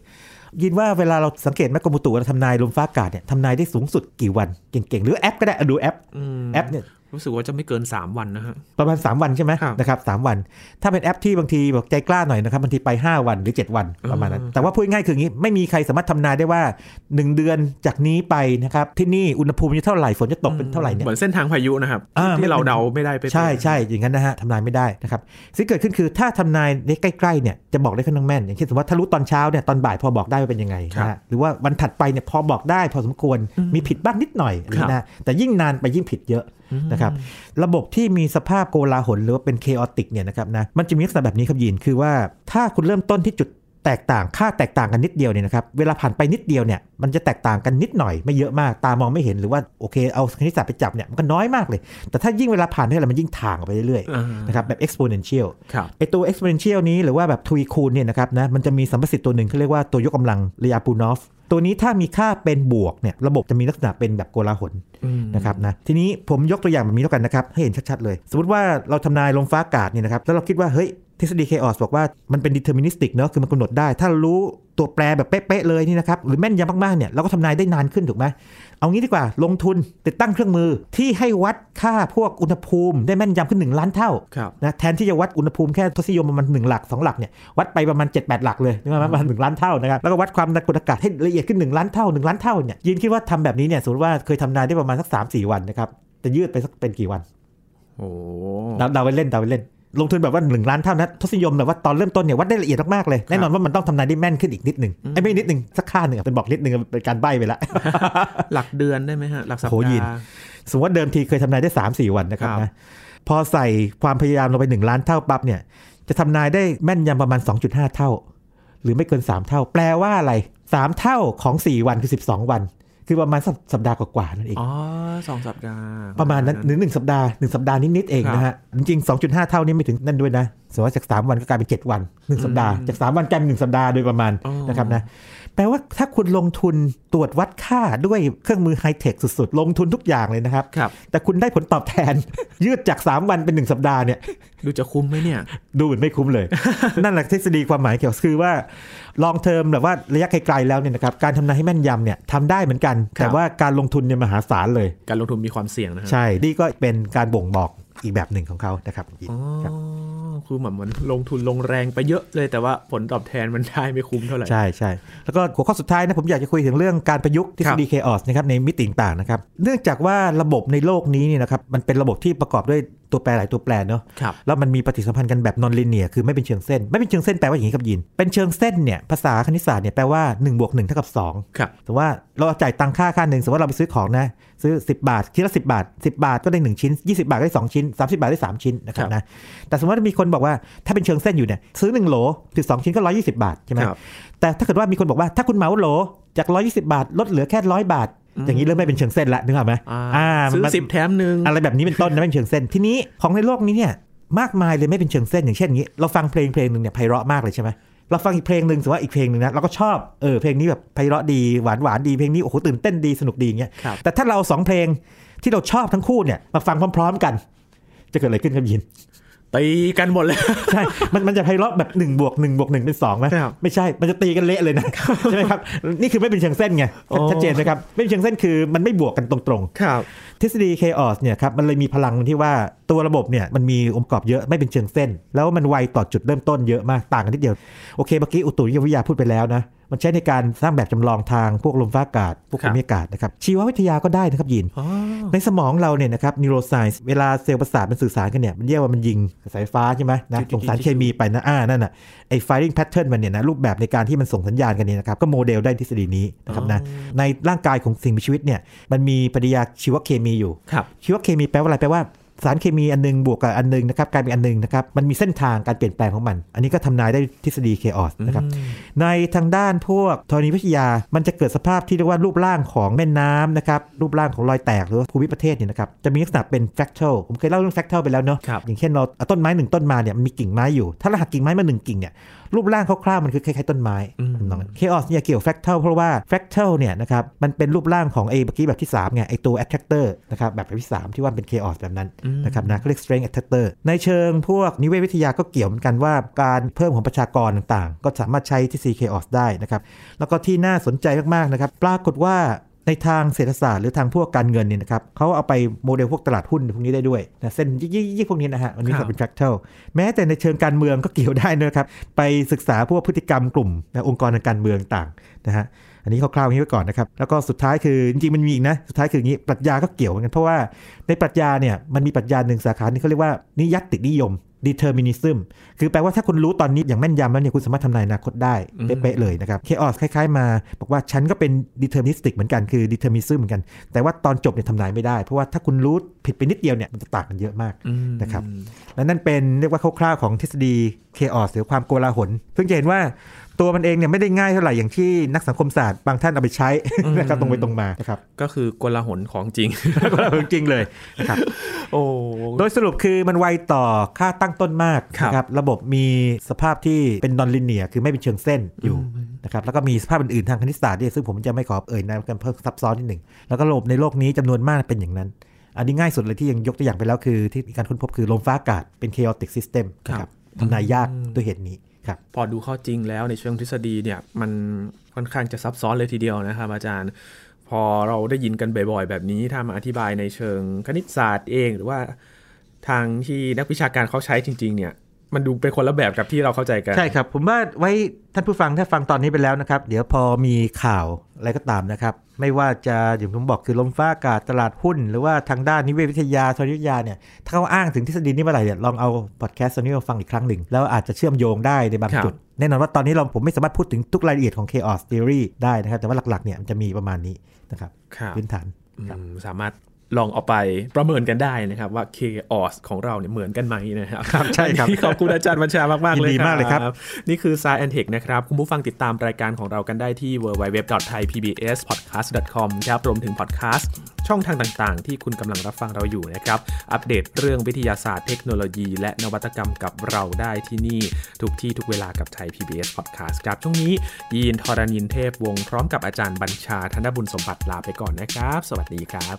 ยินว่าเวลาเราสังเกตแมกกรมอุตุเราทำนายลมฟ้าอากาศเนี่ยทำนายได้สูงสุดกี่วันเก่งๆ หรือแอปก็ได้อ่ะดูแอป อืม แอปเนี่ย รู้สึกว่าจะไม่เกิน 3 วันนะฮะ ประมาณ 3 วันใช่ไหม ครับ นะครับสามวัน ถ้าเป็นแอปที่บางทีบอกใจกล้าหน่อยนะครับบางทีไป 5 วันหรือ 7 วันประมาณนั้น แต่ว่าพูดง่ายๆคืออย่างนี้ ไม่มีใครสามารถทำนายได้ว่า 1 เดือนจากนี้ไปนะครับ ที่นี่อุณหภูมิจะเท่าไหร่ฝนจะตกเป็นเท่าไหร่เนี่ย เหมือนเส้นทางพายุนะครับ อ่า ที่เรา ไม่เป็น เดาไม่ได้ไป ใช่ใช่อย่างนั้นนะฮะทำนายไม่ได้นะครับสิ่งที่เกิดขึ้นคือถ้าทำนายได้ใกล้ๆเนี่ยจะบอกได้ค่อนข้างแม่นอย่างเช่นสมมติว่าถ้ารู้ตอนเช้าเนี่ยตอนบ่ายพอบอกได้ว่าเป็นยังไงนะฮะหรือว่าวันถัดไปเนี่ยพอบอกได้พอสมควรมีผิดบ้างนิดหน่อยอะไรอย่างนี้นะแต่ยิ่งนานไปยิ่งผิดเยอะนะครับระบบที่มีสภาพโกลาหลหรือว่าเป็นเคอติกเนี่ยนะครับนะมันจะมีลักษณะแบบนี้ครับยีนคือว่าถ้าคุณเริ่มต้นที่จุดแตกต่างค่าแตกต่างกันนิดเดียวเนี่ยนะครับเวลาผ่านไปนิดเดียวเนี่ยมันจะแตกต่างกันนิดหน่อยไม่เยอะมากตามองไม่เห็นหรือว่าโอเคเอาคณิตศาสตร์ไปจับเนี่ยมันก็น้อยมากเลย แต่ถ้ายิ่งเวลาผ่านเท่าไหร่มันยิ่งถ่างออกไปเรื่อย อ่า ๆนะครับแบบ exponential ครับ ไอตัว exponential นี้หรือว่าแบบทวีคูณเนี่ยนะครับนะมันจะมีสัมประสิทธิ์ตัวหนึ่งเขาเรียกว่าตัวยกกำลังเรียาปูนอฟตัวนี้ถ้ามีค่าเป็นบวกเนี่ยระบบจะมีลักษณะเป็นแบบโกลาหล อืม นะครับนะทีนี้ผมยกตัวอย่างแบบนี้แล้วกันนะครับให้เห็นชัดๆเลย สมมติว่าเราทำนายลมฟ้าอากาศเนี่ยนะครับแล้วเราคิดว่าเฮ้ยทฤษฎี chaos บอกว่ามันเป็น deterministic เนอะคือมันกำหนดได้ ถ้าเรารู้ตัวแปรแบบเป๊ะๆเลยนี่นะครับหรือแม่นยำมากๆเนี่ยเราก็ทำนายได้นานขึ้นถูกไหม เอางี้ดีกว่าลงทุนติดตั้งเครื่องมือที่ให้วัดค่าพวกอุณหภูมิได้แม่นยำขึ้น 1 ล้านเท่า ครับ นะแทนที่จะวัดอุณหภูมิแค่ทศนิยมประมาณ1หลัก 2 หลักเนี่ยวัดไปประมาณ 7-8 หลักเลยนึกว่าประมาณ1ล้านเท่านะครับแล้วก็วัดความดันกดอากาศให้ละเอียดขึ้น 1 ล้านเท่า 1 ล้านเท่าเนี่ยยินคิดว่าทำแบบนี้เนี่ยสมมติว่าเคยทำนานได้ประมาณสัก 3-4 วันนะครับจะยืดไปสักเป็นกี่วัน โอ้ เดาเดาไปเล่นเดาไปเล่น ลงทุนแบบว่าหนึ่งล้านเท่านะทศนิยมแบบว่าตอนเริ่มต้นเนี่ยวัดได้ละเอียดมากๆเลย แน่นอนว่ามันต้องทำนายได้แม่นขึ้นอีกนิดหนึ่งไอ้ยไม่นิดหนึ่งสักค่าหนึ่งอะเป็นบอกนิดหนึ่งอะเป็นการใบ้ไปละ หลักเดือนได้ไหมฮะ หลักสัป โหยิ ดาน ห์ สมมติว่าเดิมทีเคยทำนายได้ 3 4 วันนะครับ ครับ นะพอใส่ความพยายามลงไป 1 ล้านเท่าปั๊บเนี่ยจะทำนายได้แม่นยำประมาณ 2.5 เท่า หรือไม่เกิน 3 เท่า แปลว่าอะไร 3 เท่าของ 4 วันคือ 12 วัน คือประมาณสัปสัปดาห์กว่าๆนั่นเอง อ๋อสองสัปดาห์ ประมาณนั้นหรือหนึ่งสัปดาห์หนึ่งสัปดาห์นิดๆเอง ครับ นะฮะ จริงๆ 2.5 เท่านี้ไม่ถึงนั่นด้วยนะสมมติว่าจาก 3 วันก็กลายเป็น 7 วัน 1 สัปดาห์จาก 3 วันกลายเป็น 1 สัปดาห์โดยประมาณ อ๋อ นะครับนะแปลว่าถ้าคุณลงทุนตรวจวัดค่าด้วยเครื่องมือไฮเทคสุดๆ ลงทุนทุกอย่างเลยนะครับ ครับ แต่คุณได้ผลตอบแทน <laughs> ยืดจาก 3 วันเป็น 1 สัปดาห์เนี่ย ดูจะคุ้มไหมเนี่ย ดูเหมือนไม่คุ้ม <laughs> เลย นั่นแหละทฤษฎีความหมายเกี่ยวคือว่าลองเทอมแบบว่าระยะไกลๆแล้วเนี่ยนะครับการทำนายให้แม่นยำเนี่ยทำได้เหมือนกัน ครั แต่ บ ว่าการลงทุนเนี่ยมหาศาลเลย การลงทุนมีความเสี่ยงนะฮะ ใช่ นี่ก็เป็นการบ่งบอกอีกแบบหนึ่งของเขานะครับ อ๋อ ครับ คือเหมือนมันลงทุนลงแรงไปเยอะเลย แต่ว่าผลตอบแทนมันได้ไม่คุ้มเท่าไหร่ ใช่ใช่ แล้วก็หัวข้อสุดท้ายนะ ผมอยากจะคุยถึงเรื่องการประยุกต์ทฤษฎี chaos นะครับในมิติต่างๆนะครับ เนื่องจากว่าระบบในโลกนี้เนี่ยนะครับ มันเป็นระบบที่ประกอบด้วย ตัวแปรหลายตัวแปรเนาะ ครับ แล้วมันมีปฏิสัมพันธ์กันแบบนอนลิเนียคือไม่เป็นเชิงเส้น ไม่เป็นเชิงเส้นแปลว่าอย่างนี้ครับยิน เป็นเชิงเส้นเนี่ยภาษาคณิตศาสตร์เนี่ยแปลว่า1บวก1เท่ากับ2 ครับ สมมติว่าเราจ่ายตังค่าค่าหนึ่งสมมติว่าเราไปซื้อของนะ ซื้อ 10 บาทชิ้นละ10 บาท 10 บาทก็ได้ 1 ชิ้น 20 บาทก็ได้ 2 ชิ้น 30 บาทได้ 3 ชิ้นนะครับนะแต่สมมติว่ามีคนบอกว่าถ้าเป็นเชิงเส้นอยู่เนี่ยซื้อ 1 โหล12 ชิ้นก็ 120 บาทใช่ไหม ครับ แต่ถ้าเกิดว่ามีคนบอกว่าถ้าคุณเหมาโหลจาก 120 บาท ลดเหลือแค่ 100 บาท อย่างนี้เริ่มไม่เป็นเชิงเส้นละนึกออกไหม อ่า า ซื้อ มัน สิบแถมหนึ่ง อะไรแบบนี้เป็นต้นนะไม่เป็นเชิงเส้นทีนี้ของในโลกนี้เนี่ยมากมายเลยไม่เป็นเชิงเส้นอย่างเช่นอย่างนี้ เราฟังเพลงเพลงหนึ่งเนี่ยไพเราะมากเลยใช่ไหมเราฟังอีกเพลงหนึ่งสมมติว่าอีกเพลงหนึ่งนะเราก็ชอบเออเพลงนี้แบบไพเราะดีหวานหวานดีเพลงนี้โอ้โหตื่นเต้นดีสนุกดีอย่างเงี้ย ครับ แต่ถ้าเราสองเพลงที่เราชอบทั้งคู่เนี่ยมาฟังพร้อม ๆ กัน จะเกิดอะไรขึ้นครับยิน ตีกันหมดเลย ใช่ มันมันจะไพเราะแบบ1บวก1บวก1เป็น2ไหม ครับ ไม่ใช่ มันจะตีกันเละเลยนะ ใช่ไหมครับ นี่คือไม่เป็นเชิงเส้นไง อ๋อ ชัดเจนนะครับไม่เป็นเชิงเส้นคือมันไม่บวกกันตรงๆ ครับ ทฤษฎี chaos เนี่ยครับมันเลยมีพลังที่ว่าตัวระบบเนี่ยมันมีองค์ประกอบเยอะไม่เป็นเชิงเส้น แล้วมันไวต่อจุดเริ่มต้นเยอะมากต่างกันนิดเดียว โอเคเมื่อกี้อุตุนิยมวิทยาพูดไปแล้วนะมันใช้ในการสร้างแบบจำลองทางพวกลมฟ้าอากาศ พวก ครั ภู บ มิอากาศนะครับชีววิทยาก็ได้นะครับยิน อ๋อ ในสมองเราเนี่ยนะครับ neuroscience เวลาเซลล์ประสาทมันสื่อสารกันเนี่ย มันเรียกว่ามันยิงสายฟ้าใช่ไหมนะ จิ๊กจิ๊กจิ๊ก ส่งสารเคมีไปนะอ่านั่นน่ะไอ้ firing pattern มันเนี่ยนะรูปแบบในการที่มันส่งสัญญาณกันเนี่ยนะครับ ก็โมเดลได้ทฤษฎีนี้นะครับนะในร่างกายของสิ่งมีชีวิตเนี่ยมันมีปฏิกิริยาชีวเคมีอยู่ ครับ ชีวเคมีแปลว่าอะไรแปลว่าสารเคมีอันหนึงบวกกับอันหนึงนะครับกลายเป็นอันหนึงนะครับมันมีเส้นทางการเปลี่ยนแปลงของมัน อันนี้ก็ทำนายได้ทฤษฎี chaos นะครับ อืม ในทางด้านพวกธรณีวิทยา มันจะเกิดสภาพที่เรียกว่ารูปร่างของแม่น้ำนะครับ รูปร่างของรอยแตกหรือว่าภูมิประเทศเนี่ยนะครับ จะมีลักษณะเป็น fractal ผมเคยเล่าเรื่อง fractal ไปแล้วเนาะ ครับ อย่างเช่นเราเอาต้นไม้หนึ่งต้นมาเนี่ยมันมีกิ่งไม้อยู่ ถ้าเราหักกิ่งไม้มาหนึ่งกิ่งเนี่ยรูปร่างคร่าวๆมันคือคล้ายๆต้นไม้ อืม ทำนองนั้นเคออสเนี่ยเกี่ยวแฟกเทลเพราะว่าแฟกเทลเนี่ยนะครับมันเป็นรูปร่างของไอ้เมื่อกี้แบบที่3ไงไอ้ตัว attractor นะครับแบบที่ 3 ที่ว่าเป็นเคออสแบบนั้นนะครับนะเขาเรียก strength attractor ในเชิงพวกนิเวศวิทยาก็เกี่ยวเหมือนกันว่าการเพิ่มของประชากรต่างๆ ก็สามารถใช้ที่ซีเคออสได้นะครับแล้วก็ที่น่าสนใจมากๆนะครับปรากฏว่า ในทางเศรษฐศาสตร์หรือทางพวกการเงินเนี่ยนะครับเขาเอาไปโมเดลพวกตลาดหุ้นพวกนี้ได้ด้วยนะเส้นยี่ๆพวกนี้นะฮะมันมี ครั ส่ว บ นเป็นแฟกเทลแม้แต่ในเชิงการเมืองก็เกี่ยวได้นะครับ ไปศึกษาพวกพฤติกรรมกลุ่มนะองค์กรทางการเมืองต่างนะฮะอันนี้คร่าวๆอย่างนี้ไว้ก่อนนะครับ แล้วก็สุดท้ายคือจริงๆมันมีอีกนะสุดท้ายคืออย่างนี้ปรัชญาก็เกี่ยวเหมือนกันเพราะว่าในปรัชญาเนี่ยมันมีปรัชญาหนึ่งสาขาที่เขาเรียกว่านิยัตตินิยม determinism คือแปลว่าถ้าคุณรู้ตอนนี้อย่างแม่นยำแล้วเนี่ยคุณสามารถทำนายอนาคตได้ อืม เป๊ะๆเลยนะครับ chaos คล้ายๆ มาบอกว่าฉันก็เป็น deterministic เหมือนกันคือ determinism เหมือนกัน แต่ว่าตอนจบเนี่ยทำนายไม่ได้ เพราะว่าถ้าคุณรู้ผิดไปนิดเดียวเนี่ยมันจะต่างกันเยอะมาก อืม นะครับ และนั่นเป็นเรียกว่าคร่าวๆของทฤษฎี chaos หรือความโกลาหลซึ่งจะเห็นว่าตัวมันเองเนี่ยไม่ได้ง่ายเท่าไหร่อย่างที่นักสังคมศาสตร์บางท่านเอาไปใช้ <laughs> นะครับตรงไปตรงมานะครับ ก็คือกลาหนของจริง <laughs> โกลาหลจริงๆเลยนะครับ โอ้ โดยสรุปคือมันไวต่อค่าตั้งต้นมาก ครับ นะระบบมีสภาพที่เป็นนอนลิเนียคือไม่เป็นเชิงเส้นอยู่นะครับแล้วก็มีสภาพอื่นๆทางคณิตศาสตร์ด้วยซึ่งผมจะไม่ขอเอ่ยนามกันเพิ่มซับซ้อนนิดหนึ่ง แล้วก็ระบบในโลกนี้จำนวนมากเป็นอย่างนั้น อันนี้ง่ายสุดเลยที่ยังยกตัวอย่างไปแล้วคือ ที่มีการค้นพบคือลมฟ้าอากาศเป็น chaotic system นะครับ ทำนายยากด้วยเหตุนี้ครับ พอดูข้อจริงแล้วในเชิงทฤษฎีเนี่ยมันค่อนข้างจะซับซ้อนเลยทีเดียวนะครับอาจารย์ พอเราได้ยินกันบ่อยๆ แบบนี้ถ้ามาอธิบายในเชิงคณิตศาสตร์เอง หรือว่าทางที่นักวิชาการเขาใช้จริง ๆ เนี่ย มันดูเป็นคนละแบบกับที่เราเข้าใจกัน ใช่ครับ ผมว่าไว้ท่านผู้ฟังถ้าฟังตอนนี้ไปแล้วนะครับ เดี๋ยวพอมีข่าวอะไรก็ตามนะครับ ไม่ว่าจะอย่างผมบอกคือลมฟ้าอากาศตลาดหุ้น หรือว่าทางด้านนิเวศวิทยาธรณีวิทยาเนี่ยถ้าเขาอ้างถึงทฤษฎีนี้เมื่อไหร่เนี่ยลองเอาพอดแคสต์ตอนนี้มาฟังอีกครั้งหนึ่ง แล้วอาจจะเชื่อมโยงได้ในบาง ครับ จุด แน่นอนว่าตอนนี้เราผมไม่สามารถพูดถึงทุกรายละเอียดของ chaos theory ได้นะครับ แต่ว่าหลักๆเนี่ยมันจะมีประมาณนี้นะครับ ครับ พื้นฐาน อืมสามารถลองเอาไปประเมินกันได้นะครับ ว่า chaos ของเราเนี่ยเหมือนกันไหมนะครับ ครับใช่ครับ วันนี้ขอบคุณอาจารย์บัญชามากมากๆ ยิ เลย นดีมากเลยครับ นี่คือ s ายแอนเทคนะครับ คุณผู้ฟังติดตามรายการของเรากันได้ที่ www.thaipbspodcast.com ครับรวมถึงพอดแคสต์ช่องทางต่างๆ ที่คุณกำลังรับฟังเราอยู่นะครับ อัปเดตเรื่องวิทยาศาสตร์เทคโนโลยี และนวัตกรรมกับเราได้ที่นี่ ทุกที่ทุกเวลากับไทย PBS Podcast ครับช่วงนี้ ยีนทรณินเทพวงศ์พร้อมกับอาจารย์บัญชาธนบุญสมบัติลาไปก่อนนะครับ สวัสดีครับ